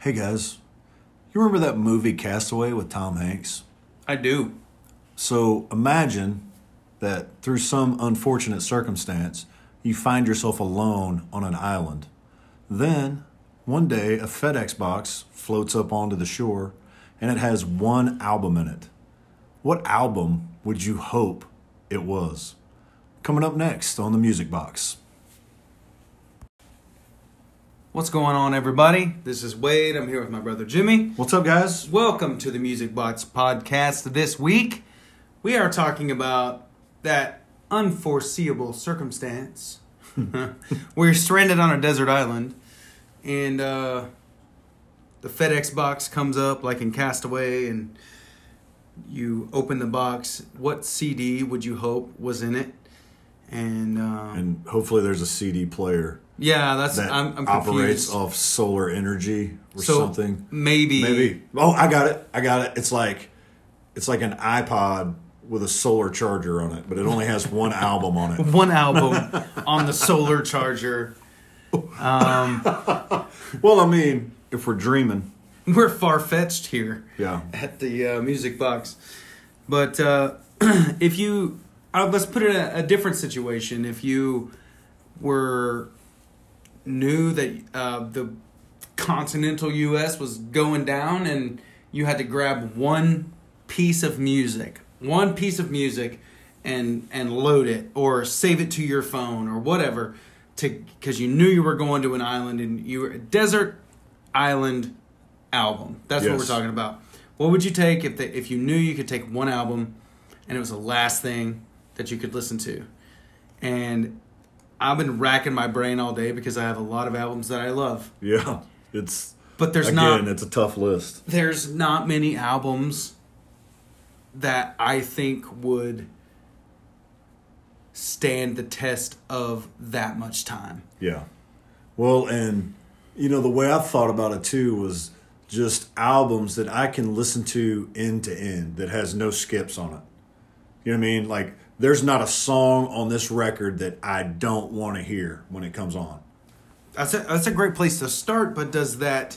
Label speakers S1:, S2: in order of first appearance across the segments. S1: Hey guys, you remember that movie Castaway with Tom Hanks?
S2: I do.
S1: So imagine that through some unfortunate circumstance, you find yourself alone on an island. Then, one day, a FedEx box floats up onto the shore and it has one album in it. What album would you hope it was? Coming up next on the Music Box.
S2: What's going on, everybody? This is Wade. I'm here with my brother Jimmy.
S1: What's up, guys?
S2: Welcome to the Music Box Podcast. This week, we are talking about that unforeseeable circumstance. We're stranded on a desert island, and uh, the FedEx box comes up, like in Castaway, and you open the box. What CD would you hope was in it? And, um,
S1: And hopefully, there's a CD player
S2: yeah, that's
S1: that
S2: I'm, I'm
S1: operates
S2: confused.
S1: off solar energy or
S2: so
S1: something.
S2: Maybe,
S1: Maybe. Oh, I got it. I got it. It's like it's like an iPod with a solar charger on it, but it only has one album on it.
S2: one album on the solar charger.
S1: Well, I mean, if we're dreaming,
S2: We're far fetched here
S1: yeah.
S2: at the uh, music box, but uh, if you uh, let's put it in a, a different situation. If you were knew that uh, the continental U.S. was going down, and you had to grab one piece of music, one piece of music, and and load it or save it to your phone or whatever, to because you knew you were going to an island and you were a desert island album. That's what
S1: Yes.
S2: we're talking about. What would you take if the, if you knew you could take one album, and it was the last thing that you could listen to, and I've been racking my brain all day because I have a lot of albums that I love.
S1: Yeah. It's
S2: But there's
S1: again,
S2: not
S1: it's a tough list.
S2: there's not many albums that I think would stand the test of that much time.
S1: Yeah. Well, and you know, the way I thought about it too was just albums that I can listen to end to end that has no skips on it. You know what I mean? Like there's not a song on this record that I don't want to hear when it comes on.
S2: That's a, that's a great place to start, but does that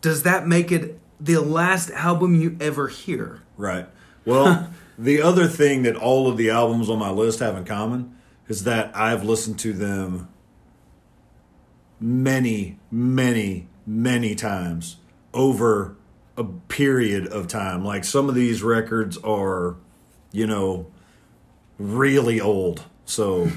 S2: does that make it the last album you ever hear?
S1: Right. Well, the other thing that all of the albums on my list have in common is that I've listened to them many, many, many times over a period of time. Like some of these records are, you know, really old. So,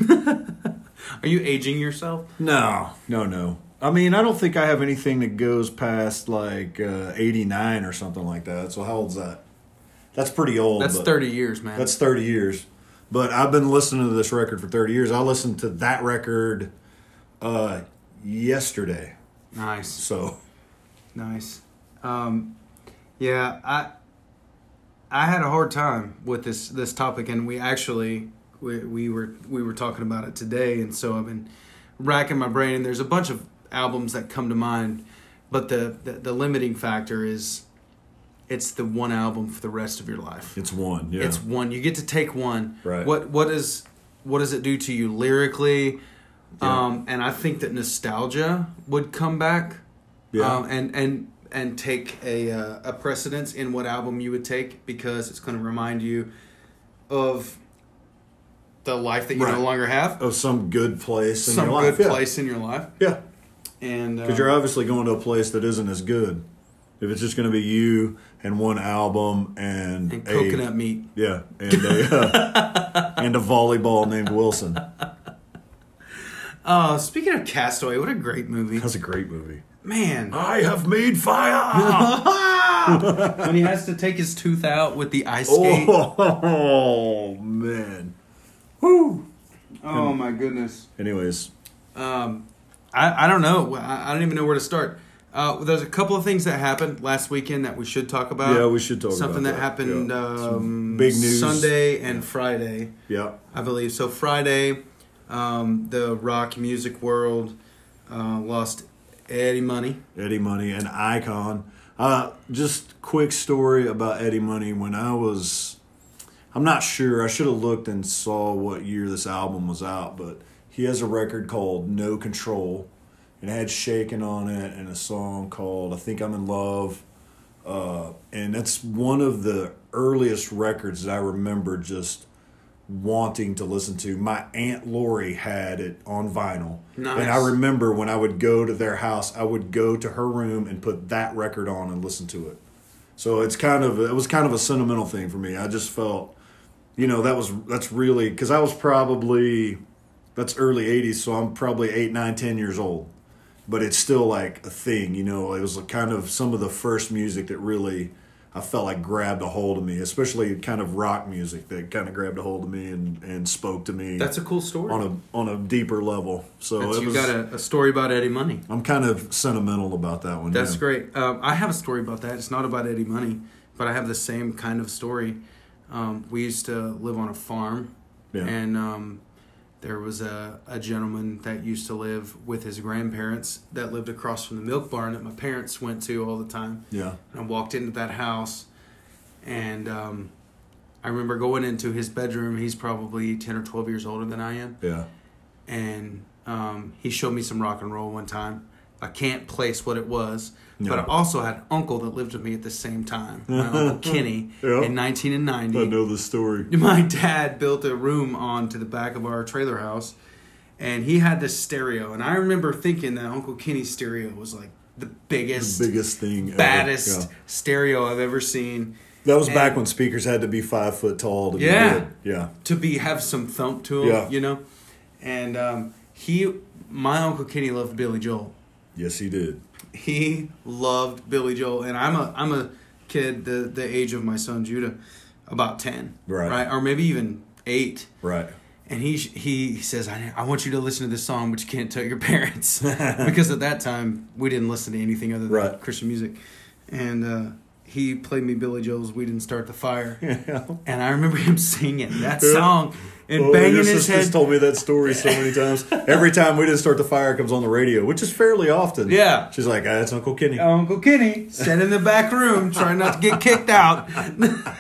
S2: Are you aging yourself?
S1: no, no, no. I mean, I don't think I have anything that goes past like uh, 89 or something like that. So, how old's that? That's pretty old.
S2: That's
S1: but-
S2: 30 years, man.
S1: that's 30 years. But I've been listening to this record for 30 years. I listened to that record uh, yesterday.
S2: nice.
S1: So,
S2: Nice. Um, yeah, I I had a hard time with this this topic, and we actually we, we were we were talking about it today, and so I've been racking my brain. And there's a bunch of albums that come to mind, but the the, the limiting factor is it's the one album for the rest of your life.
S1: it's one. Yeah.
S2: It's one. You get to take one.
S1: Right.
S2: What what is what does it do to you lyrically?
S1: Yeah.
S2: Um, and I think that nostalgia would come back.
S1: Yeah.
S2: Um, and and and take a uh, a precedence in what album you would take because it's going to remind you of the life that you
S1: Right.
S2: no longer have,
S1: of some good place in
S2: some
S1: your
S2: good
S1: life. Yeah.
S2: place in your life,
S1: Yeah.
S2: and um,
S1: Because you're obviously going to a place that isn't as good. If it's just going to be you and one album and,
S2: and
S1: a-
S2: coconut meat.
S1: yeah. And a, uh, and a volleyball named Wilson.
S2: Uh, speaking of Castaway, what a great movie,
S1: That's a great movie.
S2: man!
S1: I have made fire.
S2: when he has to take his tooth out with the ice skate.
S1: oh, man. Woo.
S2: Oh my goodness.
S1: Anyways,
S2: Um, I, I don't know. I, I don't even know where to start. Uh, there's a couple of things that happened last weekend that we should talk about.
S1: Yeah, we should talk
S2: something
S1: about
S2: that,
S1: that.
S2: happened
S1: Yeah.
S2: um,
S1: big news.
S2: Sunday and Friday,
S1: yeah,
S2: I believe. So Friday, um, the rock music world uh, lost Eddie Money.
S1: Eddie Money, an icon. Uh, just quick story about Eddie Money. When I was, I'm not sure. I should have looked and saw what year this album was out, but he has a record called No Control, and it had shaking on it and a song called i think i'm in love uh, and that's one of the earliest records that i remember just wanting to listen to my aunt lori had it on vinyl and i
S2: Nice.
S1: remember when i would go to their house i would go to her room and put that record on and listen to it so it's kind of it was kind of a sentimental thing for me i just felt you know that was that's really because i was probably that's early 80s so i'm probably 8 9 10 years old but it's still like a thing you know it was kind of some of the first music that really i felt like grabbed a hold of me especially kind of rock music that kind of grabbed a hold of me and, and spoke to me
S2: That's a cool story.
S1: on a on a deeper level so
S2: That's-
S1: it
S2: you
S1: was,
S2: got a, a story about Eddie Money.
S1: i'm kind of sentimental about that one
S2: That's
S1: yeah.
S2: great. Um, I have a story about that. It's not about Eddie Money, but I have the same kind of story. Um, we used to live on a farm,
S1: Yeah.
S2: and um, there was a, a gentleman that used to live with his grandparents that lived across from the milk barn that my parents went to all the time.
S1: yeah
S2: And I walked into that house, and um, I remember going into his bedroom. He's probably 10 or 12 years older than I am
S1: yeah
S2: and um, he showed me some rock and roll one time. I can't place what it was, but
S1: Yeah.
S2: I also had an uncle that lived with me at the same time, my uncle Kenny,
S1: Yeah.
S2: in
S1: i
S2: 1990.
S1: know the story
S2: My dad built a room onto the back of our trailer house, and he had this stereo. And I remember thinking that Uncle Kenny's stereo was like the biggest,
S1: biggest thing ever.
S2: baddest
S1: Yeah.
S2: stereo I've ever seen.
S1: that was back
S2: and-
S1: when speakers had to be five foot tall to
S2: Yeah.
S1: be good yeah
S2: to be have some thump to him,
S1: Yeah.
S2: you know. And um, he, my uncle Kenny loved Billy Joel.
S1: yes he did
S2: He loved Billy Joel, and I'm a I'm a kid the the age of my son Judah, about ten,
S1: Right.
S2: right, or maybe even eight.
S1: right
S2: And he he says, I, I want you to listen to this song, but you can't tell your parents because at that time we didn't listen to anything other than
S1: Right.
S2: Christian music. And uh, he played me Billy Joel's "We Didn't Start the Fire,"
S1: Oh,
S2: and I remember him singing that
S1: Yeah.
S2: song and
S1: Oh,
S2: banging
S1: your
S2: his
S1: sister's
S2: head.
S1: told me that story so many times. Every time we didn't start the fire, it comes on the radio, which is fairly often.
S2: Yeah. Uh.
S1: She's like, ah, that's Uncle Kenny.
S2: Uncle Kenny sat in the back room trying not to get kicked out.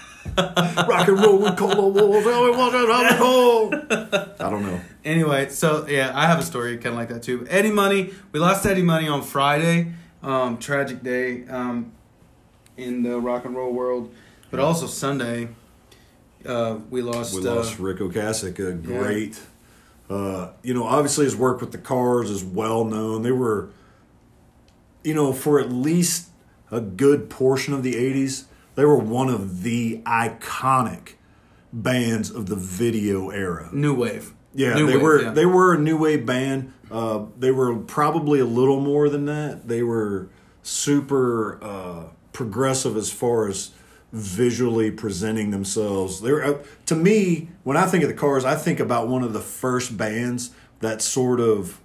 S1: Rock and roll and cola walls. Oh, it wasn't on the hole. I don't know.
S2: anyway, so yeah, I have a story kind of like that too. Eddie Money, we lost Eddie Money on Friday. Um, tragic day um, in the rock and roll world, but also Sunday, uh, we lost.
S1: We
S2: uh,
S1: lost Rick Ocasek, a great. Uh, you know, obviously his work with the Cars is well known. They were, you know, for at least a good portion of the '80s, they were one of the iconic bands of the video era.
S2: New Wave.
S1: Yeah,
S2: New
S1: they
S2: Wave,
S1: were
S2: yeah.
S1: they were a new wave band. Uh, they were probably a little more than that. They were super uh, progressive as far as visually presenting themselves. They were uh, to me when I think of the Cars, I think about one of the first bands that sort of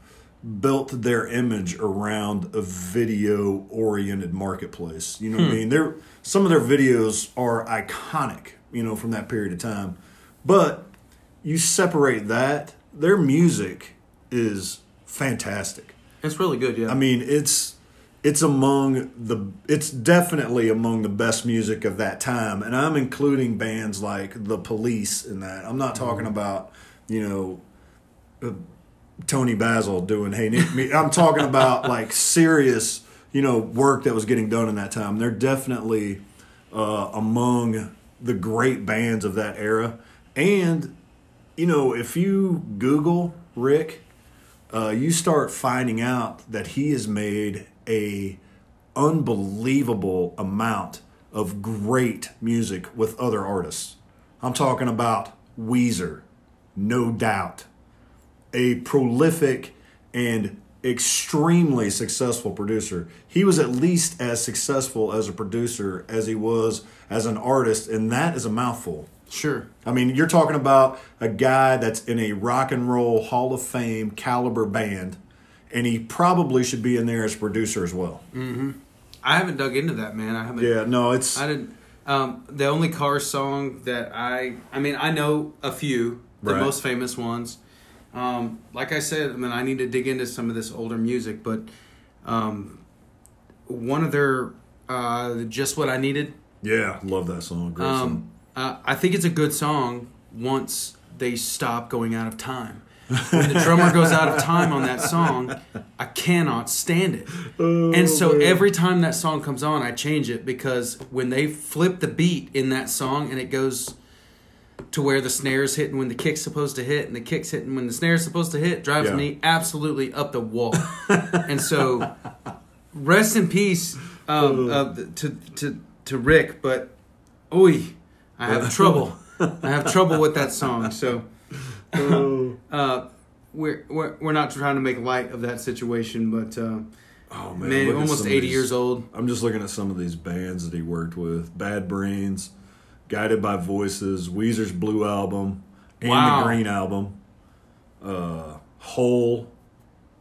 S1: built their image around a video oriented marketplace. You know
S2: Hmm.
S1: what I mean? They're, some of their videos are iconic, you know, from that period of time. But you separate that, their music is fantastic.
S2: It's really good. Yeah.
S1: I mean, it's it's among the it's definitely among the best music of that time, and I'm including bands like The Police in that. I'm not talking about you know uh, Tony Basil doing Hey Nick Me. I'm talking about like serious you know work that was getting done in that time. They're definitely uh, among the great bands of that era, and you know if you Google Rick uh, you start finding out that he has made a unbelievable amount of great music with other artists. I'm talking about Weezer, no doubt, a prolific and extremely successful producer. He was at least as successful as a producer as he was as an artist, and that is a mouthful.
S2: sure.
S1: I mean, you're talking about a guy that's in a rock and roll Hall of Fame caliber band, and he probably should be in there as producer as well.
S2: Mm. I haven't dug into that, man. I haven't.
S1: Yeah, no, it's
S2: I didn't. Um, the only car song that I, I mean, I know a few, the
S1: Right.
S2: most famous ones. Um, like I said, I mean, I need to dig into some of this older music, but um, one of their, uh, just what I needed.
S1: yeah, love that song. Great
S2: Um, uh, I think it's a good song once they stop going out of time. When the drummer goes out of time on that song, I cannot stand it. and so every time that song comes on, I change it because when they flip the beat in that song and it goes to where the snare's hitting when the kick's supposed to hit and the kick's hitting when the snare's supposed to hit drives
S1: Yeah.
S2: me absolutely up the wall. and so rest in peace um, uh, to to to Rick, but oi, I have trouble. I have trouble with that song. So
S1: oh.
S2: uh, we're, we're we're not trying to make light of that situation, but uh,
S1: Oh, man,
S2: man,
S1: look at
S2: almost
S1: some of
S2: eighty
S1: these-
S2: years old.
S1: I'm just looking at some of these bands that he worked with: Bad Brains, Guided by Voices, Weezer's Blue Album, and
S2: Wow.
S1: the Green Album, uh, Hole,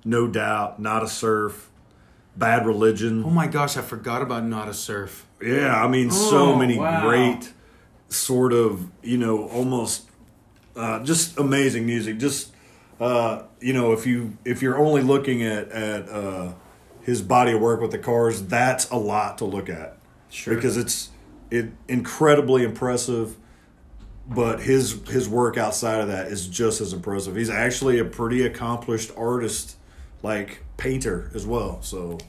S1: No Doubt, Not a Surf, Bad Religion.
S2: Oh my gosh, I forgot about Not a Surf.
S1: Yeah, I mean, so
S2: Oh,
S1: many
S2: wow.
S1: great, sort of, you know, almost uh, just amazing music. Just uh, you know, if you if you're only looking at at uh, his body of work with the cars, that's a lot to look at.
S2: Sure.
S1: because it's it incredibly impressive. But his his work outside of that is just as impressive. He's actually a pretty accomplished artist, like painter as well. So,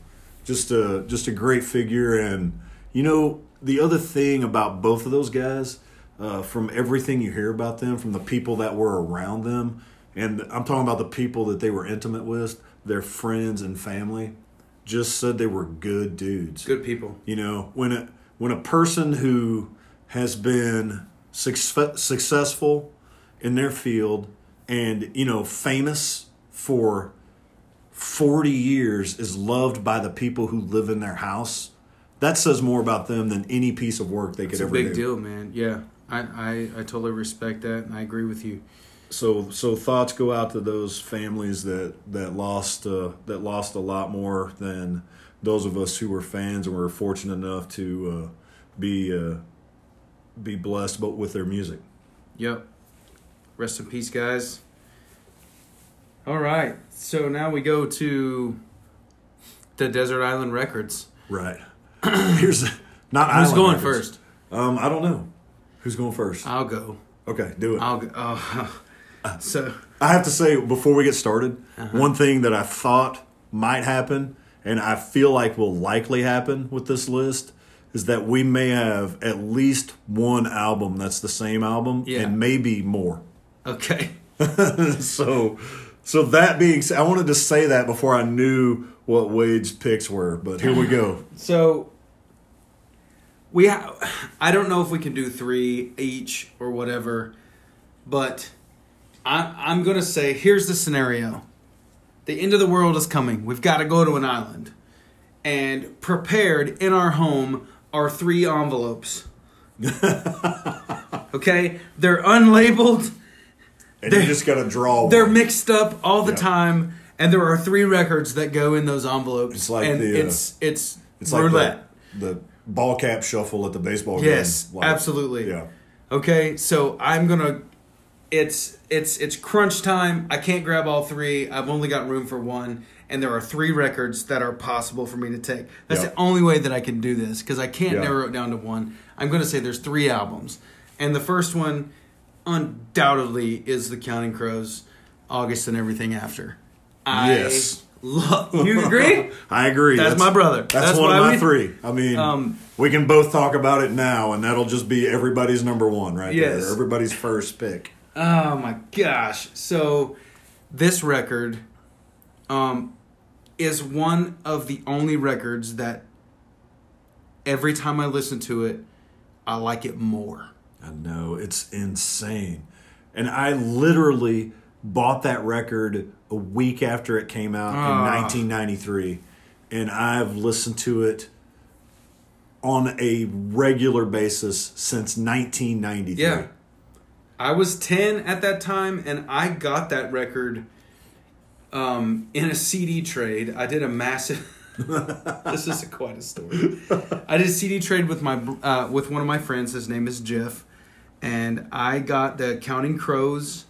S1: just a just a great figure. And you know the other thing about both of those guys, uh, from everything you hear about them, from the people that were around them, and I'm talking about the people that they were intimate with, their friends and family, just said they were good dudes.
S2: Good people.
S1: You know, when a when a person who has been success, successful in their field and you know famous for 40 years is loved by the people who live in their house, that says more about them than any piece of work they
S2: It's
S1: could
S2: a
S1: ever
S2: big
S1: do.
S2: deal, man. Yeah, I, I I totally respect that, and I agree with you.
S1: So so thoughts go out to those families that that lost uh, that lost a lot more than those of us who were fans and were fortunate enough to uh, be uh, be blessed, but with their music.
S2: Yep. Rest in peace, guys. All right. So now we go to the Desert Island Records.
S1: Right. Here's not
S2: Who's
S1: Island
S2: going
S1: Records.
S2: first?
S1: Um, I don't know. Who's going first?
S2: I'll go.
S1: okay, do it.
S2: I'll go. Oh. so
S1: I have to say before we get started,
S2: Uh-huh.
S1: one thing that I thought might happen and I feel like will likely happen with this list is that we may have at least one album that's the same album
S2: Yeah.
S1: and maybe more.
S2: okay.
S1: so so that being said, I wanted to say that before I knew what Wade's picks were, but here we go.
S2: So we ha- I don't know if we can do 3 each or whatever, but I I'm going to say here's the scenario. The end of the world is coming. We've got to go to an island. And prepared in our home are three envelopes. okay? They're unlabeled.
S1: And you just got to draw.
S2: They're
S1: one.
S2: mixed up all the
S1: Yeah.
S2: time, and there are three records that go in those envelopes.
S1: It's like
S2: and
S1: the, uh,
S2: it's it's
S1: it's like
S2: roulette.
S1: the, the ball cap shuffle at the baseball game.
S2: Yes,
S1: Like,
S2: absolutely.
S1: Yeah.
S2: Okay, so I'm gonna. It's it's it's crunch time. I can't grab all three. I've only got room for one, and there are three records that are possible for me to take. That's
S1: Yeah.
S2: the only way that I can do this because I can't
S1: Yeah.
S2: narrow it down to one. I'm gonna say there's three albums, and the first one, undoubtedly, is the Counting Crows, August and everything after. I
S1: Yes.
S2: Love. You agree?
S1: I agree.
S2: That's my brother.
S1: That's,
S2: That's
S1: one
S2: why
S1: of my
S2: we-
S1: three. I mean,
S2: Um,
S1: we can both talk about it now, and that'll just be everybody's number one right
S2: Yes.
S1: there. Everybody's first pick.
S2: Oh my gosh. So this record um is one of the only records that every time I listen to it, I like it more.
S1: I know it's insane, and I literally bought that record a week after it came out
S2: Ah.
S1: in 1993, and I've listened to it on a regular basis since 1993.
S2: Yeah. I was 10 at that time and I got that record um, in a CD trade. I did a massive This is quite a story. I did a CD trade with my br- uh, with one of my friends. His name is Jeff, and I got the Counting Crows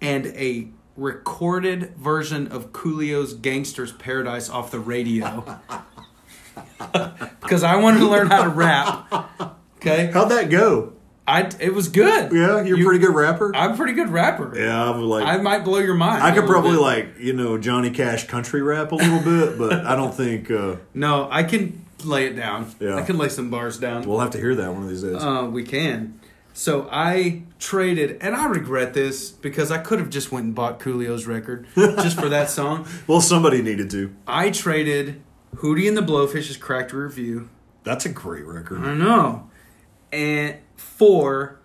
S2: and a recorded version of Coolio's Gangster's Paradise off the radio. Because I wanted to learn how to rap. Okay?
S1: How'd that go?
S2: I it was good.
S1: Yeah, you're a
S2: You-
S1: pretty good rapper.
S2: I'm a pretty good rapper.
S1: yeah, I'm like
S2: I might blow your mind.
S1: I
S2: a
S1: could
S2: little
S1: probably
S2: bit.
S1: like you know Johnny Cash country rap a little bit, but I don't think uh,
S2: No, I can lay it down.
S1: Yeah.
S2: I can lay some bars down.
S1: we'll have to hear that one of these days.
S2: Uh, we can. So I traded, and I regret this because I could have just went and bought Coolio's record just for that song.
S1: well, somebody needed to.
S2: I traded Hootie and the Blowfish's "Cracked Review."
S1: That's a great record.
S2: I know, and for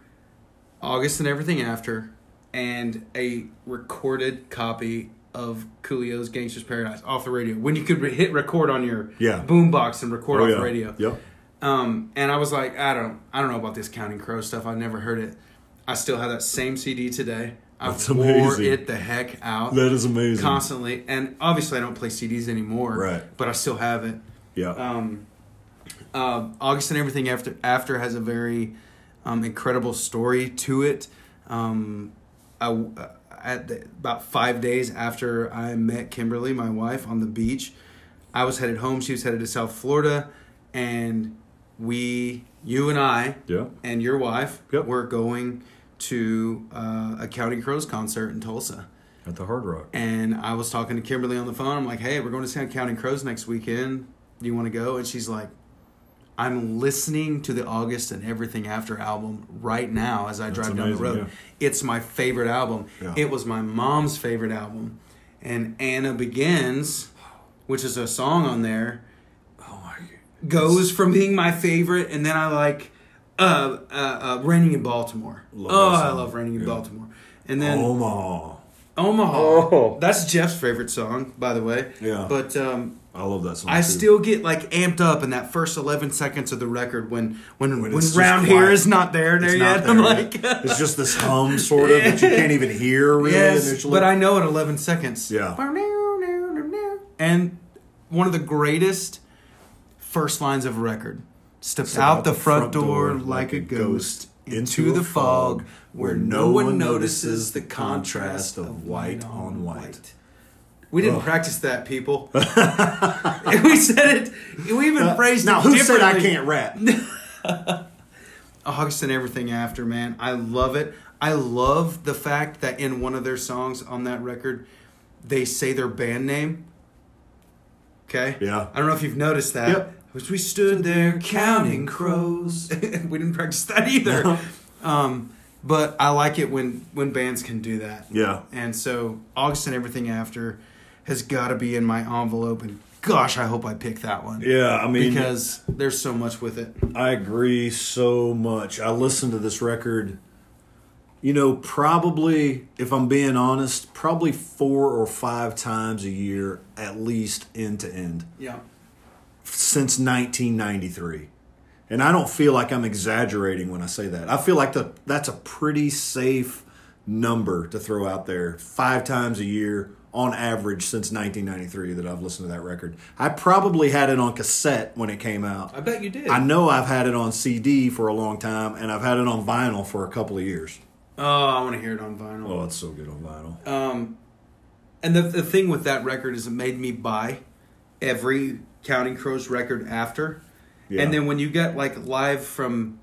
S2: August and everything after, and a recorded copy of Coolio's "Gangster's Paradise" off the radio when you could re- hit record on your
S1: Yeah.
S2: boombox and record
S1: Oh,
S2: off
S1: yeah.
S2: the radio.
S1: Yep.
S2: Um, and I was like, I don't, I don't know about this Counting Crow stuff. I never heard it. I still have that same CD today. I
S1: That's
S2: wore
S1: amazing.
S2: it the heck out
S1: That is amazing.
S2: constantly, and obviously I don't play CDs anymore.
S1: Right.
S2: But I still have it.
S1: yeah.
S2: Um, uh, August and everything after after has a very um, incredible story to it. Um, I uh, at the, about five days after I met Kimberly, my wife, on the beach, I was headed home. She was headed to South Florida, and we, you and I,
S1: yeah.
S2: and your wife,
S1: Yep.
S2: were going to uh, a Counting Crows concert in Tulsa
S1: At the Hard Rock.
S2: and I was talking to Kimberly on the phone. I'm like, "Hey, we're going to San Counting Crows next weekend. Do you want to go?" And she's like, "I'm listening to the August and Everything After album right now as I drive down the
S1: amazing,
S2: road. It's my favorite album.
S1: Yeah.
S2: It was my mom's favorite album, and Anna Begins, which is a song on there,
S1: Oh my.
S2: goes from being my favorite, and then I like uh, uh, uh, Raining in Baltimore.
S1: Love
S2: oh,
S1: that
S2: I
S1: song.
S2: love Raining in
S1: Yeah.
S2: Baltimore." And then
S1: Omaha.
S2: Omaha.
S1: Oh.
S2: That's Jeff's favorite song, by the way.
S1: Yeah.
S2: But um,
S1: I love that song.
S2: I
S1: too.
S2: still get like amped up in that first eleven seconds of the record when when when,
S1: it's just
S2: round
S1: quiet.
S2: here is not there there
S1: It's
S2: yet.
S1: not
S2: I'm
S1: there
S2: like uh.
S1: yet. it's just this hum sort of that you can't even hear really
S2: yes,
S1: initially.
S2: but I know in eleven seconds.
S1: Yeah.
S2: And one of the greatest first lines of a record. Steps out the front, door, like a ghost into the fog where no one notices the contrast of white on white. We didn't practice that, people. we said it. We even phrased
S1: now
S2: it
S1: who said I
S2: differently.
S1: can't rap?
S2: August and everything after, man. I love it. I love the fact that in one of their songs on that record, they say their band name. Okay.
S1: Yeah.
S2: I don't know if you've noticed that.
S1: Yep.
S2: As we stood there counting crows, we didn't practice that either. um, but I like it when when bands can do that.
S1: yeah.
S2: And so August and everything after has got to be in my envelope, and gosh, I hope I pick that one
S1: Yeah, I mean
S2: because there's so much with it.
S1: I agree so much. I listened to this record, you know, probably, if I'm being honest, probably four or five times a year, at least end to end,
S2: Yeah.
S1: since 1993. And I don't feel like I'm exaggerating when I say that. I feel like the, that's a pretty safe number to throw out there five times a year on average since 1993 that I've listened to that record. I probably had it on cassette when it came out.
S2: I bet you did.
S1: I know I've had it on CD for a long time, and I've had it on vinyl for a couple of years.
S2: Oh, I want to hear it on vinyl.
S1: Oh, it's so good on vinyl.
S2: Um, and the, the thing with that record is it made me buy every Counting Crows record after.
S1: Yeah.
S2: And then when you get like live from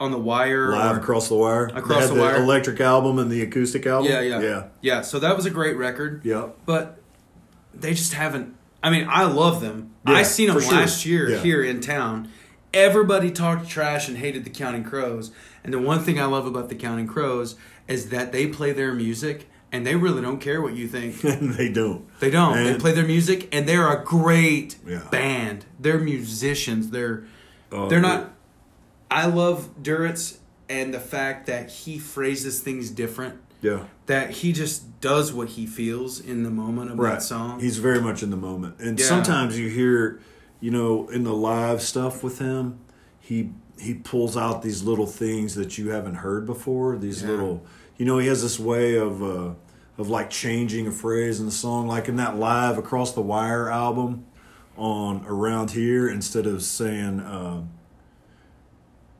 S2: on the wire,
S1: Live
S2: or-
S1: across the wire. They
S2: Across
S1: had
S2: the Wire.
S1: electric album and the acoustic album.
S2: yeah, yeah,
S1: yeah,
S2: yeah. So that was a great record.
S1: yeah.
S2: but they just haven't. I mean, I love them.
S1: Yeah,
S2: I seen them
S1: for sure.
S2: last year
S1: Yeah.
S2: here in town. Everybody talked trash and hated the Counting Crows. And the one thing I love about the Counting Crows is that they play their music and they really don't care what you think.
S1: And they don't.
S2: They don't. they
S1: And-
S2: play their music, and they're a great
S1: Yeah.
S2: band. They're musicians. They're
S1: Oh,
S2: they're
S1: dude.
S2: not. I love Duritz and the fact that he phrases things different.
S1: Yeah,
S2: That he just does what he feels in the moment of
S1: right.
S2: that song.
S1: He's very much in the moment, and
S2: Yeah.
S1: sometimes you hear, you know, in the live stuff with him, he he pulls out these little things that you haven't heard before. These
S2: Yeah.
S1: little, you know, he has this way of. uh of like changing a phrase in the song, like in that live across the wire album, on around here instead of saying um,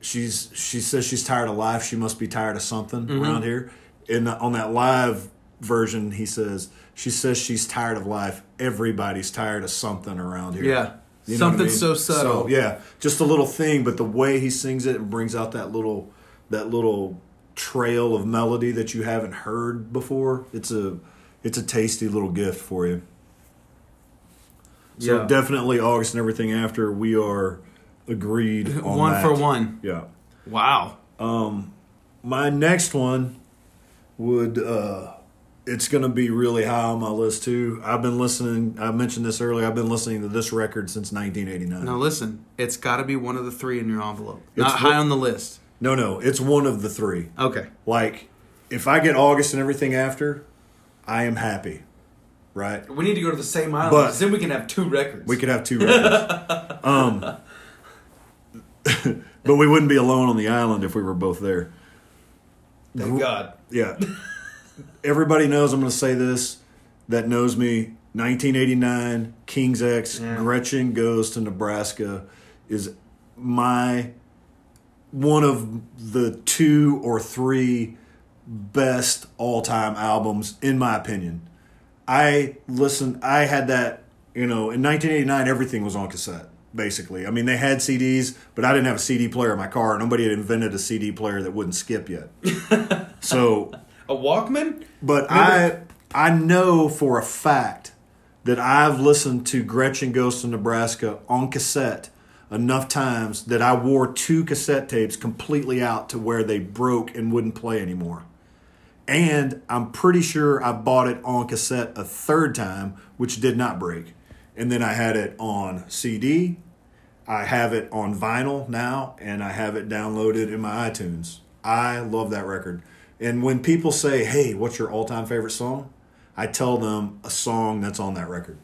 S1: she's she says she's tired of life she must be tired of something
S2: Mm-hmm.
S1: around here and on that live version he says she says she's tired of life everybody's tired of something around here
S2: Yeah.
S1: what
S2: Something so subtle.
S1: yeah just a little thing but the way he sings it and brings out that little that little trail of melody that you haven't heard before. It's a it's a tasty little gift for you. So
S2: Yeah.
S1: definitely August and everything after we are agreed on
S2: one
S1: that.
S2: for one.
S1: Yeah.
S2: Wow.
S1: My next one would uh it's gonna be really high on my list too. I've been listening I mentioned this earlier, I've been listening to this record since nineteen eighty nine.
S2: Now listen, it's got to be one of the three in your envelope. Not
S1: It's
S2: high
S1: what-
S2: on the list.
S1: No no, it's one of the three.
S2: Okay.
S1: Like if I get August and everything after, I am happy. Right?
S2: We need to go to the same island.
S1: But-
S2: 'cause then we can have two records.
S1: We could have two records. um, but we wouldn't be alone on the island if we were both there.
S2: Thank God.
S1: Yeah. Everybody knows I'm going to say this that knows me. 1989, King's X,
S2: Yeah.
S1: Gretchen Goes to Nebraska is my one of the two or three best all time albums, in my opinion. I listened, I had that, you know, in 1989, everything was on cassette, basically. I mean, they had CDs, but I didn't have a CD player in my car. Nobody had invented a CD player that wouldn't skip yet. so,
S2: A Walkman?
S1: but I, I know for a fact that I've listened to Gretchen Goes to Nebraska on cassette enough times that I wore two cassette tapes completely out to where they broke and wouldn't play anymore. And I'm pretty sure I bought it on cassette a third time, which did not break. And then I had it on CD. I have it on vinyl now, and I have it downloaded in my iTunes. I love that record. And when people say, hey, what's your all time favorite song? I tell them a song that's on that record.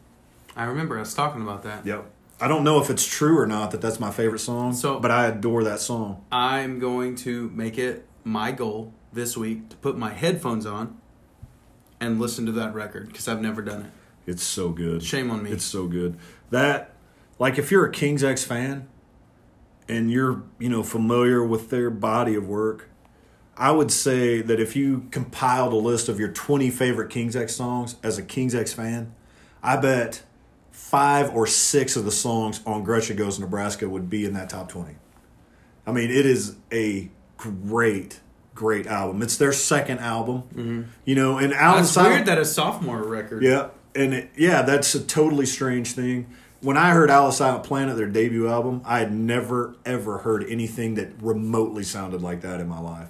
S2: I remember us talking about that.
S1: Yep. I don't know if it's true or not that that's my favorite song,
S2: So-
S1: but I adore that song.
S2: I'm going to make it my goal this week to put my headphones on and listen to that record because I've never done it.
S1: It's so good.
S2: Shame on me.
S1: It's so good. That, like, if you're a King's X fan and you're, you know, familiar with their body of work, I would say that if you compiled a list of your 20 favorite King's X songs as a King's X fan, I bet five or six of the songs on Gretchen Goes to Nebraska would be in that top 20. I mean, it is a great, great album. It's their second album, you know, and Alan
S2: Mm-hmm. That's weird
S1: Silent.
S2: that a sophomore record.
S1: Yeah, and it, yeah, that's a totally strange thing. When I heard Alice Out Planet, their debut album, I had never ever heard anything that remotely sounded like that in my life.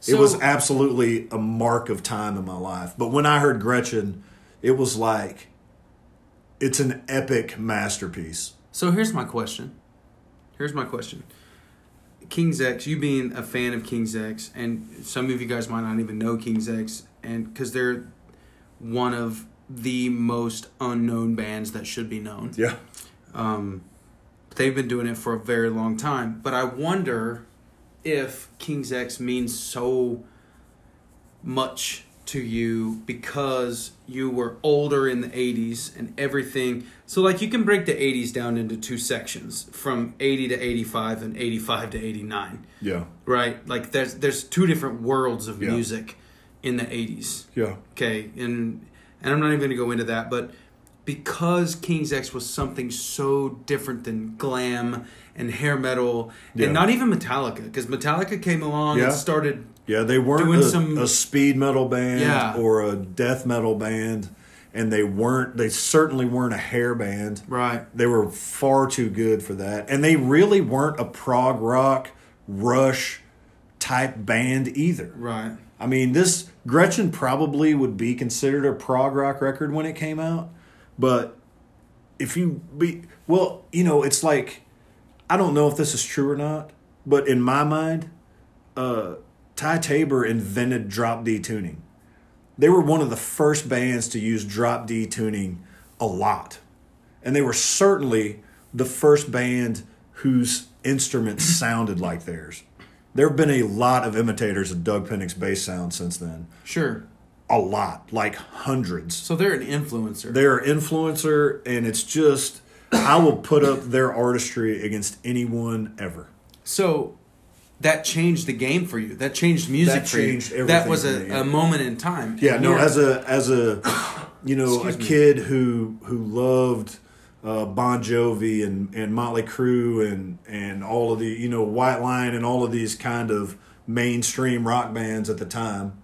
S1: it
S2: So-
S1: was absolutely a mark of time in my life. But when I heard Gretchen, it was like it's an epic masterpiece.
S2: So here's my question. Here's my question. King's X, you being a fan of King's X, and some of you guys might not even know King's X, and because they're one of the most unknown bands that should be known.
S1: Yeah.
S2: Um, they've been doing it for a very long time, but I wonder if King's X means so much to you because you were older in the 80s and everything. So, like, you can break the 80s down into two sections from 80 to 85 and 85 to 89,
S1: Yeah.
S2: right? Like, there's, there's two different worlds of
S1: Yeah.
S2: music in the 80s
S1: Yeah.
S2: okay and and i'm not even gonna go into that but because king's x was something so different than glam and hair metal
S1: Yeah.
S2: and not even metallica because metallica came along
S1: Yeah.
S2: and started
S1: Yeah, they weren't
S2: Doing
S1: a,
S2: some-
S1: a speed metal band
S2: Yeah.
S1: or a death metal band, and they weren't. They certainly weren't a hair band.
S2: right
S1: They were far too good for that. And they really weren't a prog rock, rush type band either.
S2: right
S1: I mean, this Gretchen probably would be considered a prog rock record when it came out, but if you be well, you know, it's like I don't know if this is true or not, but in my mind, uh, Ty Tabor invented drop D tuning. They were one of the first bands to use drop D tuning a lot, and they were certainly the first band whose instruments sounded like theirs. There have been a lot of imitators of Doug Pennick's bass sound since then.
S2: sure
S1: A lot, like hundreds
S2: so they're an influencer
S1: they're an influencer and it's just i will put up their artistry against anyone ever
S2: so that changed the game for you that changed music
S1: That
S2: for you
S1: changed
S2: that
S1: everything
S2: was
S1: for
S2: a,
S1: me, yeah.
S2: a moment in time
S1: yeah
S2: And
S1: no
S2: you're-
S1: as a as a you know a
S2: Excuse me.
S1: kid who who loved uh, Bon Jovi and and Motley Crue and and all of the you know White Line and all of these kind of mainstream rock bands at the time.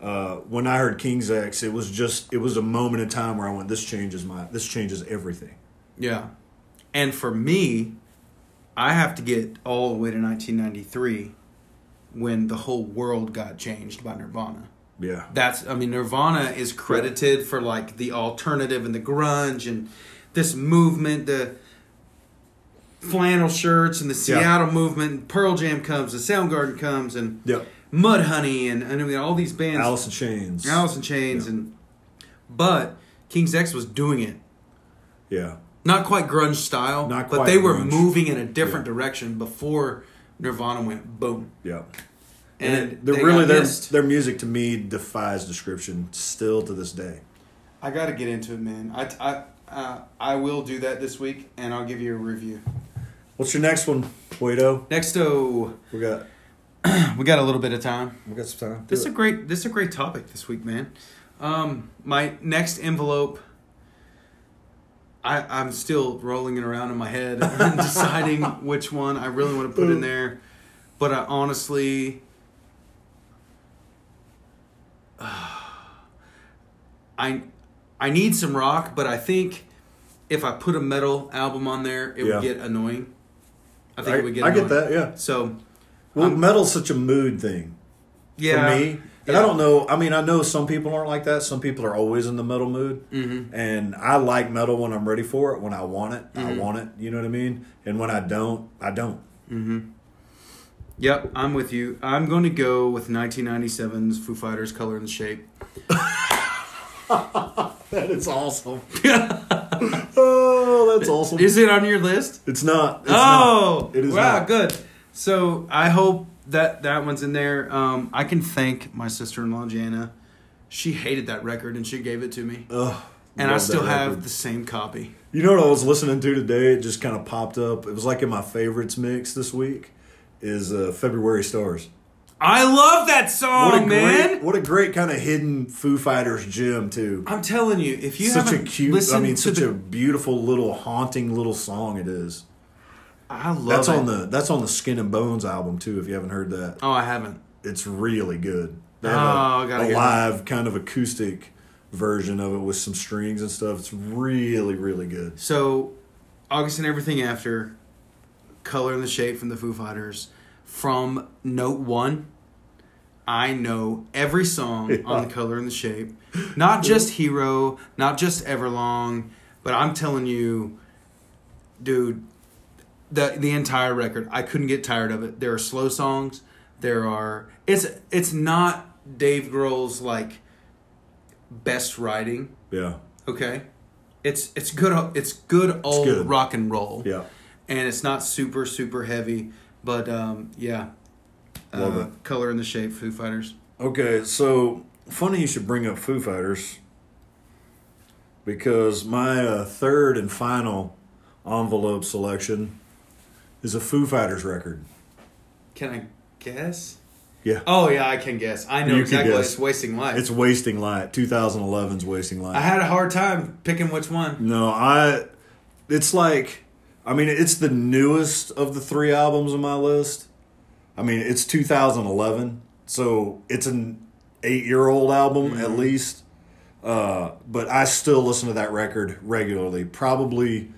S1: Uh, when I heard King's X, it was just it was a moment in time where I went, "This changes my this changes everything."
S2: Yeah. And for me, I have to get all the way to 1993 when the whole world got changed by Nirvana.
S1: Yeah,
S2: That's I mean Nirvana is credited for like the alternative and the grunge and this movement, the flannel shirts and the
S1: Yeah.
S2: Seattle movement. Pearl Jam comes, the Soundgarden comes, and
S1: yep.
S2: Mudhoney and, and I mean all these bands,
S1: Alice in Chains.
S2: Alice in Chains,
S1: Yeah.
S2: and but King's X was doing it
S1: Yeah,
S2: not quite grunge style,
S1: Not
S2: but
S1: quite
S2: they were
S1: grunge.
S2: moving in a different
S1: Yeah.
S2: direction before Nirvana went boom.
S1: yeah.
S2: And,
S1: they're
S2: they
S1: really
S2: got
S1: their
S2: missed.
S1: their music to me defies description still to this day.
S2: I got to get into it, man. I I uh, I will do that this week, and I'll give you a review.
S1: What's your next one, Guido?
S2: Next, oh,
S1: We got
S2: we got a little bit of time.
S1: we got some time.
S2: This is a great this is a great topic this week, man. Um, my next envelope. I, I'm still rolling it around in my head and deciding which one I really want to put in there, but I honestly, I I need some rock, but I think if I put a metal album on there, it
S1: Yeah.
S2: would get annoying. I think
S1: I,
S2: it would get.
S1: I get
S2: annoying. Um,
S1: that. Yeah.
S2: So
S1: Well,
S2: I'm-
S1: metal's such a mood thing.
S2: yeah,
S1: for me. And
S2: Yeah.
S1: I don't know. I mean, I know some people aren't like that. Some people are always in the metal mood.
S2: Mhm.
S1: And I like metal when I'm ready for it. When I want it,
S2: Mm-hmm.
S1: I want it. You know what I mean? And when I don't, I don't.
S2: Yep, I'm with you. I'm going to go with 1997's Foo Fighters Color and Shape.
S1: That is awesome. oh, that's awesome.
S2: Is it on your list?
S1: it's not. It's
S2: oh,
S1: not. It is
S2: wow,
S1: not.
S2: good. So I hope that that one's in there. Um, I can thank my sister in law, Jana. She hated that record and she gave it to me.
S1: Ugh,
S2: and I
S1: love
S2: still
S1: that
S2: have
S1: record.
S2: the same copy.
S1: You know what I was listening to today? It just kind of popped up. It was like in my favorites mix this week. Is uh, February Stars.
S2: I love that song,
S1: What a
S2: man.
S1: great, what a great kind of hidden Foo Fighters gem too.
S2: I'm telling you, if you
S1: such a
S2: haven't
S1: cute,
S2: listened
S1: I mean,
S2: to
S1: such
S2: the,
S1: a beautiful little haunting little song it is.
S2: I love
S1: That's
S2: it.
S1: on the that's on the Skin and Bones album too. If you haven't heard that,
S2: Oh, I haven't.
S1: it's really good. They
S2: Oh, I
S1: have
S2: gotta
S1: a, a
S2: hear that.
S1: live kind of acoustic version of it with some strings and stuff. It's really really good.
S2: So, August and everything after, Color and the Shape from the Foo Fighters. From note one, I know every song on the Color and the Shape. Not just Hero, not just Everlong, but I'm telling you, dude, the the entire record. I couldn't get tired of it. There are slow songs. There are it's it's not Dave Grohl's like best writing.
S1: Yeah,
S2: Okay. It's it's good it's good old
S1: good.
S2: rock and roll.
S1: yeah,
S2: And it's not super super heavy, but um yeah.
S1: Love
S2: uh, Color and the shape Foo Fighters.
S1: Okay, so funny you should bring up Foo Fighters because my uh, third and final envelope selection is a Foo Fighters record.
S2: Can I guess?
S1: Yeah.
S2: Oh yeah, I can guess. I know
S1: You can
S2: exactly
S1: guess.
S2: it's wasting life.
S1: It's Wasting Light. 2011's Wasting Light.
S2: I had a hard time picking which one.
S1: no, I. It's like. I mean, it's the newest of the three albums on my list. I mean, it's 2011, so it's an eight year old album at least. Uh, but I still listen to that record regularly. Probably,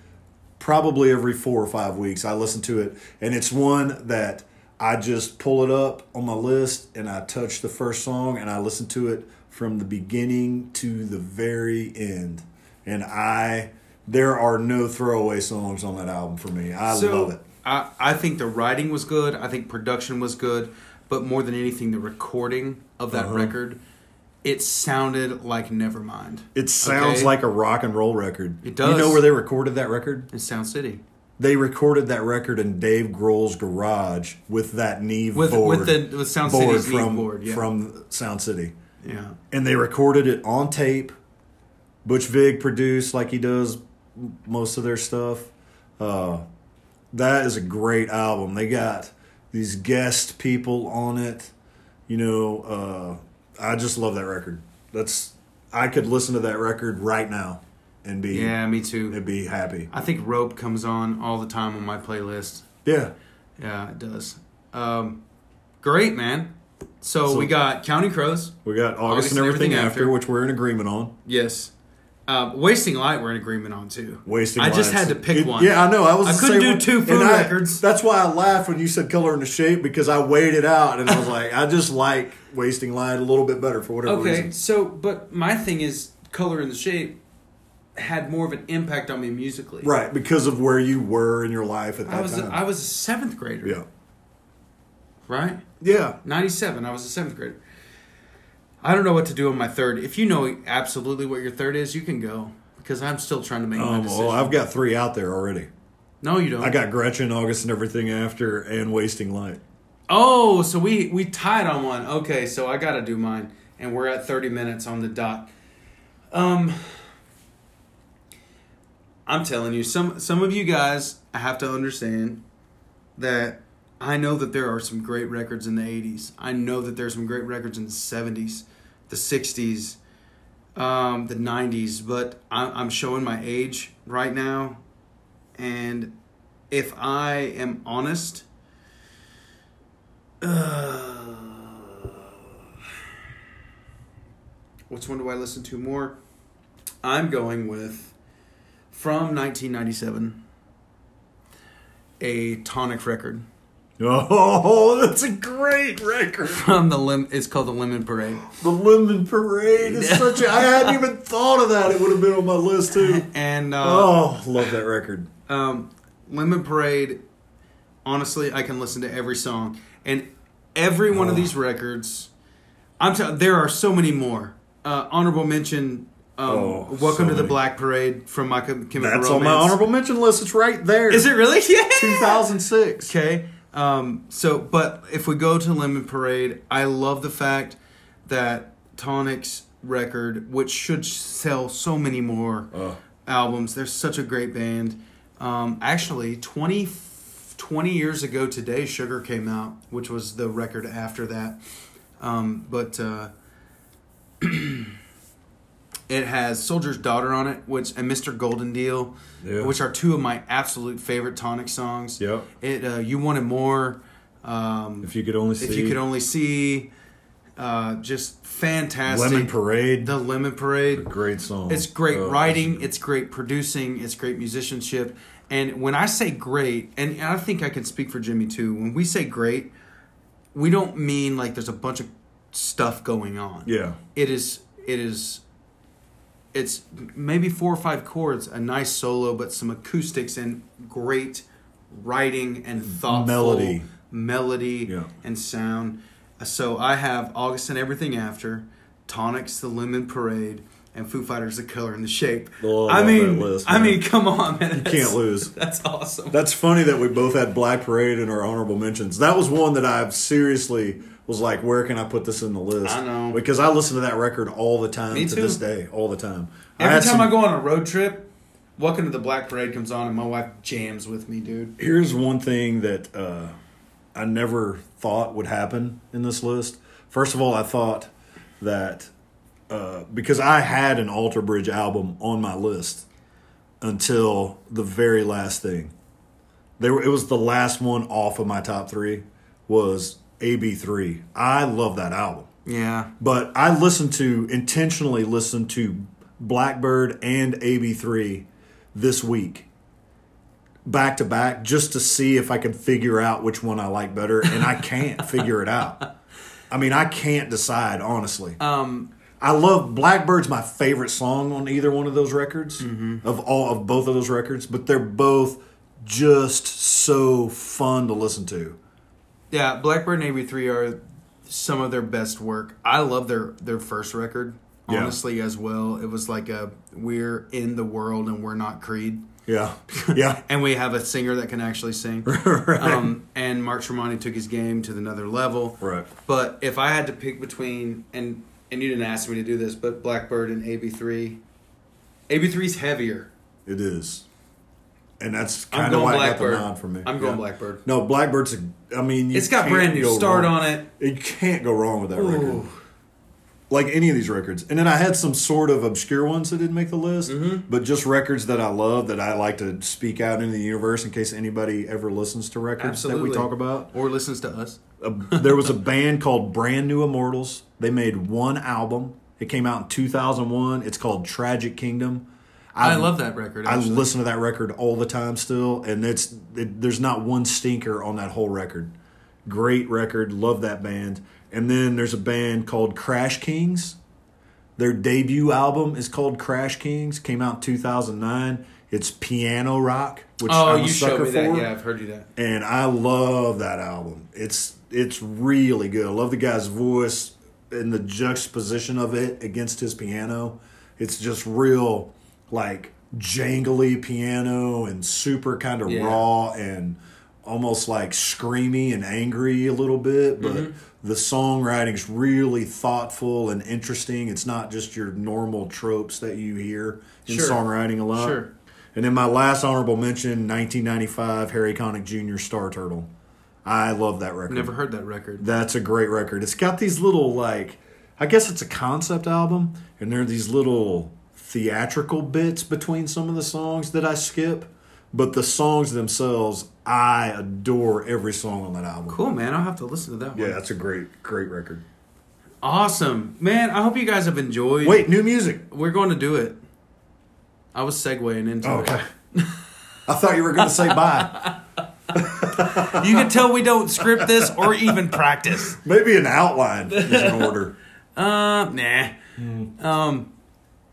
S1: probably every four or five weeks, I listen to it, and it's one that I just pull it up on my list and I touch the first song and I listen to it from the beginning to the very end. And I, there are no throwaway songs on that album for me. I love it.
S2: I, I think the writing was good. I think production was good, but more than anything, the recording of that
S1: Uh-huh.
S2: record, it sounded like Nevermind.
S1: It sounds
S2: Okay.
S1: like a rock and roll record.
S2: It
S1: You
S2: does.
S1: know where they recorded that record?
S2: in Sound City
S1: They recorded that record in Dave Grohl's garage with that Neve
S2: with
S1: board,
S2: with the with Sound
S1: board
S2: City's lead
S1: from
S2: board. Yeah,
S1: from Sound City,
S2: yeah.
S1: and they recorded it on tape. Butch Vig produced like he does most of their stuff. Uh, that is a great album. They got these guest people on it. You know, uh, I just love that record. That's I could listen to that record right now and be
S2: Yeah, me too.
S1: and be happy.
S2: I think Rope comes on all the time on my playlist.
S1: Yeah,
S2: Yeah, it does. Um, Great, man. So,
S1: So-
S2: we got Counting Crows.
S1: We got August, and everything, after,
S2: After.
S1: which we're in agreement on.
S2: Yes. Uh, Wasting Light, we're in agreement on too.
S1: Wasting.
S2: I
S1: Lives.
S2: just had to pick
S1: It-
S2: one.
S1: Yeah, I know. I was.
S2: I
S1: the
S2: couldn't
S1: same
S2: do two
S1: And
S2: food
S1: I-
S2: records.
S1: That's why I laughed when you said "Color and the Shape" because I weighed it out and I was like, I just like Wasting Light a little bit better for whatever
S2: Okay,
S1: reason.
S2: so but my thing is color and the shape had more of an impact on me musically.
S1: Right, because of where you were in your life at that
S2: I was a,
S1: time.
S2: I was a seventh grader.
S1: yeah,
S2: Right.
S1: yeah.
S2: Ninety seven. I was a seventh grader. I don't know what to do on my third. If you know absolutely what your third is, you can go because I'm still trying to make my
S1: Um,
S2: decision.
S1: well, I've got three out there already.
S2: no, you don't.
S1: I got Gretchen, August, and everything after, and Wasting Light.
S2: Oh, so we we tied on one. Okay, so I gotta do mine, and we're at thirty minutes on the dot. Um, I'm telling you, some some of you guys I have to understand that I know that there are some great records in the '80s. I know that there's some great records in the '70s, the '60s, um, the '90s. But I'm, I'm showing my age right now, and if I am honest. Uh, which one do I listen to more? I'm going with from 1997 a tonic record
S1: Oh, that's a great record.
S2: from the lim it's called the lemon parade
S1: The Lemon Parade is such a. I hadn't even thought of that. It would have been on my list too.
S2: and uh,
S1: Oh, love that record.
S2: um, lemon parade honestly i can listen to every song and every one of these records i'm tell there are so many more uh, honorable mention um,
S1: Oh,
S2: welcome
S1: so
S2: to the
S1: many.
S2: black parade from my Chem- chemical
S1: That's
S2: romance
S1: on my honorable mention list. It's right there.
S2: Is it really? Yeah.
S1: 2006?
S2: Okay. Um, so, but if we go to Lemon Parade, I love the fact that Tonic's record, which should sell so many more
S1: Oh.
S2: albums, they're such a great band. Um, actually, 20, 20 years ago today, Sugar came out, which was the record after that. Um, but uh, it has Soldier's Daughter on it, which and Mr. Golden Deal,
S1: Yeah.
S2: which are two of my absolute favorite Tonic songs.
S1: Yep.
S2: It uh, you wanted more. Um,
S1: If you could only see.
S2: if you could only see, uh, just fantastic.
S1: Lemon Parade.
S2: The Lemon Parade.
S1: Great song.
S2: It's great
S1: Oh,
S2: writing. It's great producing. It's great musicianship. And when I say great, and and I think I can speak for Jimmy too. When we say great, we don't mean like there's a bunch of stuff going on.
S1: Yeah.
S2: It is. It is. It's maybe four or five chords, a nice solo, but some acoustics and great writing and thoughtful
S1: Melody.
S2: melody
S1: Yeah.
S2: and sound. So I have August and Everything After, Tonics, The Lemon Parade, and Foo Fighters, The Color and the Shape.
S1: Oh, I
S2: I
S1: love
S2: mean,
S1: that list,
S2: I
S1: man.
S2: mean, come on, man,
S1: You
S2: that's-
S1: can't lose.
S2: That's awesome.
S1: That's funny that we both had Black Parade in our honorable mentions. That was one that I've seriously was like, where can I put this in the list?
S2: I know.
S1: Because I listen to that record all the time
S2: Me
S1: to
S2: too.
S1: this day, all the time.
S2: Every
S1: had
S2: time
S1: some-
S2: I go on a road trip, Welcome to the Black Parade comes on, and my wife jams with me, dude.
S1: Here's one thing that uh, I never thought would happen in this list. First of all, I thought that uh, because I had an Alter Bridge album on my list until the very last thing. They were, it was the last one off of my top three was AB3. I love that album
S2: Yeah.
S1: but I listened to intentionally listened to Blackbird and AB3 this week back to back just to see if I could figure out which one I like better and I can't figure it out. I mean, I can't decide honestly.
S2: Um.
S1: I love Blackbird's my favorite song on either one of those records of all of both of those records, but they're both just so fun to listen to.
S2: Yeah, Blackbird and AB3 are some of their best work. I love their their first record,
S1: Yeah.
S2: honestly, as well. It was like a we're in the world and we're not Creed,
S1: Yeah. Yeah.
S2: and we have a singer that can actually sing.
S1: right.
S2: um, and Mark Tremonti took his game to another level.
S1: Right.
S2: But if I had to pick between and and you didn't ask me to do this, but Blackbird and AB3, AB3 is heavier.
S1: It is, and that's
S2: I'm
S1: kind of
S2: going
S1: why
S2: Blackbird.
S1: I got the nod from me.
S2: I'm going
S1: Yeah.
S2: Blackbird.
S1: No, Blackbird's. A, I mean, you
S2: It's got
S1: can't
S2: brand new
S1: go
S2: start
S1: wrong.
S2: on it.
S1: You can't go wrong with that record.
S2: Ooh.
S1: like any of these records. And then I had some sort of obscure ones that didn't make the list,
S2: Mm-hmm.
S1: but just records that I love that I like to speak out into the universe in case anybody ever listens to records that we
S2: Absolutely.
S1: talk about.
S2: or listens to us.
S1: a, there was a band called Brand New Immortals. They made one album. It came out in 2001. It's called Tragic Kingdom.
S2: I love that record.
S1: I
S2: actually.
S1: listen to that record all the time still, and it's it, there's not one stinker on that whole record. Great record, love that band. And then there's a band called Crash Kings. Their debut album is called Crash Kings. Came out in 2009. It's piano rock, which
S2: oh,
S1: I'm a
S2: you showed
S1: sucker
S2: me that.
S1: for
S2: Yeah, I've heard you that.
S1: and I love that album. It's it's really good. I love the guy's voice and the juxtaposition of it against his piano. It's just real like jangly piano and super kind of
S2: Yeah.
S1: raw and almost like screamy and angry a little bit,
S2: Mm-hmm.
S1: but the songwriting's really thoughtful and interesting. It's not just your normal tropes that you hear in
S2: Sure.
S1: songwriting a lot.
S2: Sure.
S1: And then my last honorable mention, 1995, Harry Connick Jr. Star Turtle. I love that record.
S2: Never heard that record.
S1: That's a great record. It's got these little like, I guess it's a concept album, and there are these little theatrical bits between some of the songs that I skip. But the songs themselves, I adore every song on that album.
S2: Cool, man. I'll have to listen to that
S1: Yeah,
S2: one.
S1: that's a great, great record.
S2: Awesome, man. I hope you guys have enjoyed.
S1: Wait, new music.
S2: we're going to do it. I was segueing into
S1: Okay. I thought you were going to say bye.
S2: it. You can tell we don't script this or even practice.
S1: Maybe an outline is in order.
S2: Uh, nah.
S1: Hmm.
S2: Um,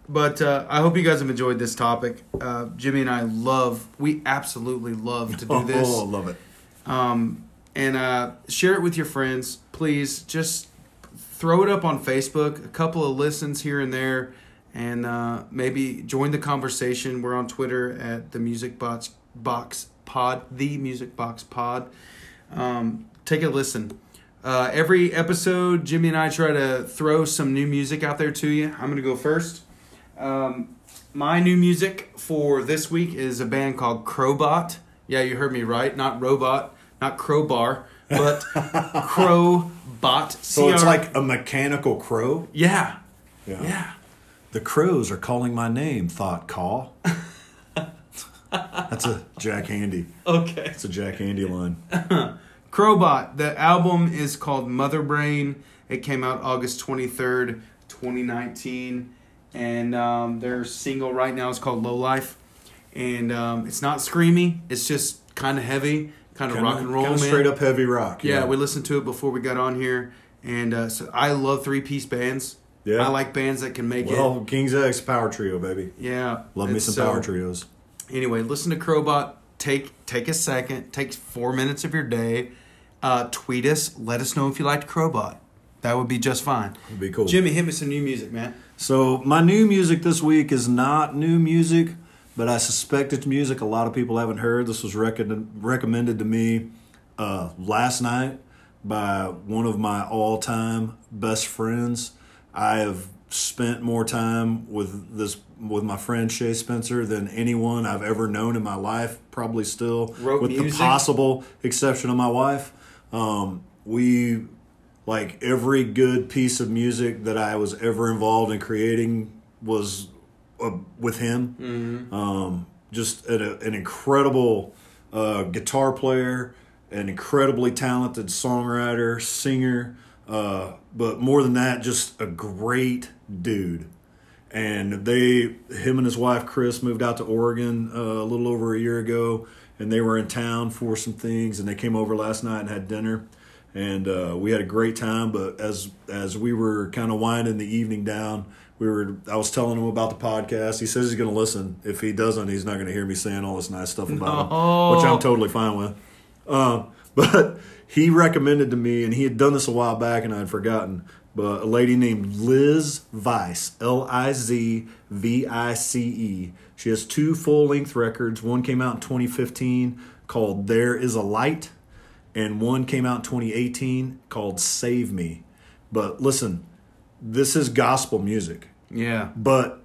S2: but uh, I hope you guys have enjoyed this topic. Uh, Jimmy and I love, we absolutely love to do this.
S1: Oh, I love it.
S2: um, and uh, share it with your friends. Please just throw it up on Facebook, a couple of listens here and there, and uh, maybe join the conversation. We're on Twitter at the Music Box Box Pod, the Music Box Pod. Um, take a listen. Uh, every episode, Jimmy and I try to throw some new music out there to you. I'm gonna go first. Um, my new music for this week is a band called Crowbot. Yeah, you heard me right. Not robot, not crowbar, but Crowbot.
S1: So it's
S2: CR
S1: like a mechanical crow.
S2: yeah,
S1: Yeah.
S2: yeah.
S1: The crows are calling my name, thought Caw. That's a Jack Handy.
S2: Okay.
S1: It's a Jack Handy line.
S2: Crowbot. The album is called Mother Brain. It came out August twenty third, twenty nineteen, and um, their single right now is called Low Life, and um, it's not screamy. It's just kind of heavy, kind of rock and roll, man.
S1: Kinda straight up heavy rock.
S2: Yeah, we listened to it before we got on here, and uh, so I love three piece bands.
S1: Yeah.
S2: I like bands that can make it.
S1: well, King's X Power Trio, baby.
S2: Yeah,
S1: Love me
S2: and
S1: some
S2: so-
S1: Power Trios.
S2: Anyway, listen to Crowbot. Take take a second. Takes four minutes of your day. Uh, tweet us. Let us know if you liked Crowbot. That would be just fine.
S1: It'd be cool.
S2: Jimmy, hit me some new music, man.
S1: So my new music this week is not new music, but I suspect it's music a lot of people haven't heard. This was rec- recommended to me uh, last night by one of my all-time best friends. I have spent more time with this with my friend Shay Spencer than anyone I've ever known in my life. Probably still,
S2: Wrote
S1: with
S2: music?
S1: the possible exception of my wife. Um, we like every good piece of music that I was ever involved in creating was uh, with him. Um, just an, a, an incredible uh, guitar player, an incredibly talented songwriter, singer, uh, but more than that, just a great dude. And they, him and his wife Chris, moved out to Oregon uh, a little over a year ago, and they were in town for some things, and they came over last night and had dinner and uh, we had a great time. But as as we were kind of winding the evening down, we were I was telling him about the podcast. He says he's going to listen. If he doesn't, he's not going to hear me saying all this nice stuff about him, which I'm totally fine with. Um, but he recommended to me, and he had done this a while back, and I had forgotten. But a lady named Liz Vice, L I Z V I C E. She has two full length records. One came out in 2015 called There Is a Light, and one came out in 2018 called Save Me. But listen, this is gospel music
S2: Yeah.
S1: but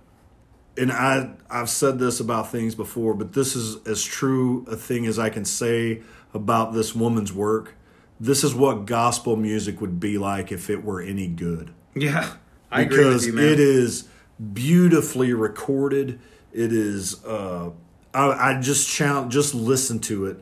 S1: and I I've said this about things before, but this is as true a thing as I can say about this woman's work. This is what gospel music would be like if it were any good.
S2: Yeah. I agree with you, man.
S1: it is beautifully recorded. It is. Uh, I, I just challenge, just listen to it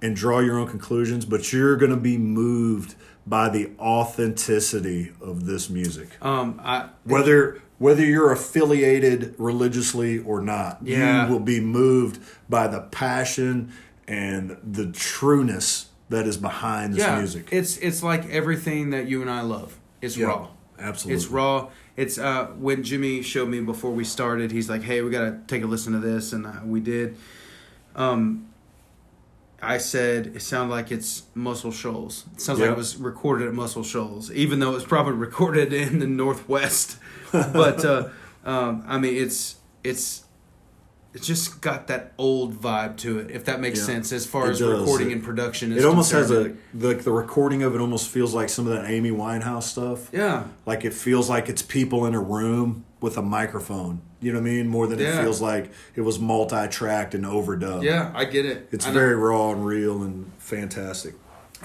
S1: and draw your own conclusions, but you're going to be moved by the authenticity of this music,
S2: um, I,
S1: whether whether you're affiliated religiously or not.
S2: Yeah.
S1: You will be moved by the passion and the trueness that is behind this
S2: yeah,
S1: music.
S2: it's it's like everything that you and I love. It's
S1: Yeah,
S2: raw.
S1: absolutely.
S2: It's raw. It's uh, when Jimmy showed me before we started. He's like, "Hey, we gotta take a listen to this," and uh, we did. Um, I said it sounded like it's Muscle Shoals. It sounds like
S1: Yeah.
S2: it was recorded at Muscle Shoals, even though it was probably recorded in the Northwest. but uh, um, I mean, it's it's it's just got that old vibe to it, if that makes
S1: Yeah.
S2: sense, as far
S1: It
S2: as
S1: does.
S2: recording
S1: It-
S2: and production. Is
S1: It almost has
S2: concerned.
S1: a like the recording of it almost feels like some of that Amy Winehouse stuff.
S2: yeah.
S1: Like it feels like it's people in a room with a microphone. You know what I mean? More than
S2: Yeah.
S1: it feels like it was multi-tracked and overdubbed.
S2: Yeah, I get it.
S1: It's
S2: I know.
S1: very raw and real and fantastic.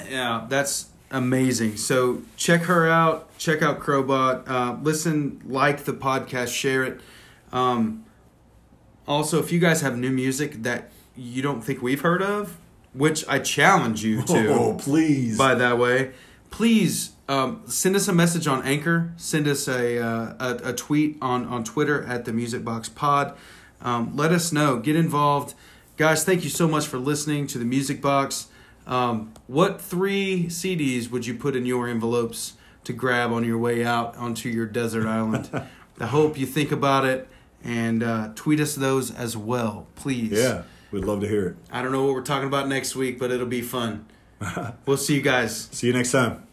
S2: yeah, that's amazing. So check her out. Check out Crowbot. Uh, listen, like the podcast, share it. Um, also, if you guys have new music that you don't think we've heard of, which I challenge you to,
S1: Oh, please.
S2: by that way. Please um, send us a message on Anchor. Send us a, uh, a a tweet on on Twitter at the Music Box Pod. Um, let us know. Get involved, guys. Thank you so much for listening to the Music Box. Um, what three CDs would you put in your envelopes to grab on your way out onto your desert island? I hope you think about it and uh, tweet us those as well, please.
S1: yeah, we'd love to hear it.
S2: I don't know what we're talking about next week, but it'll be fun. we'll see you guys.
S1: See you next time.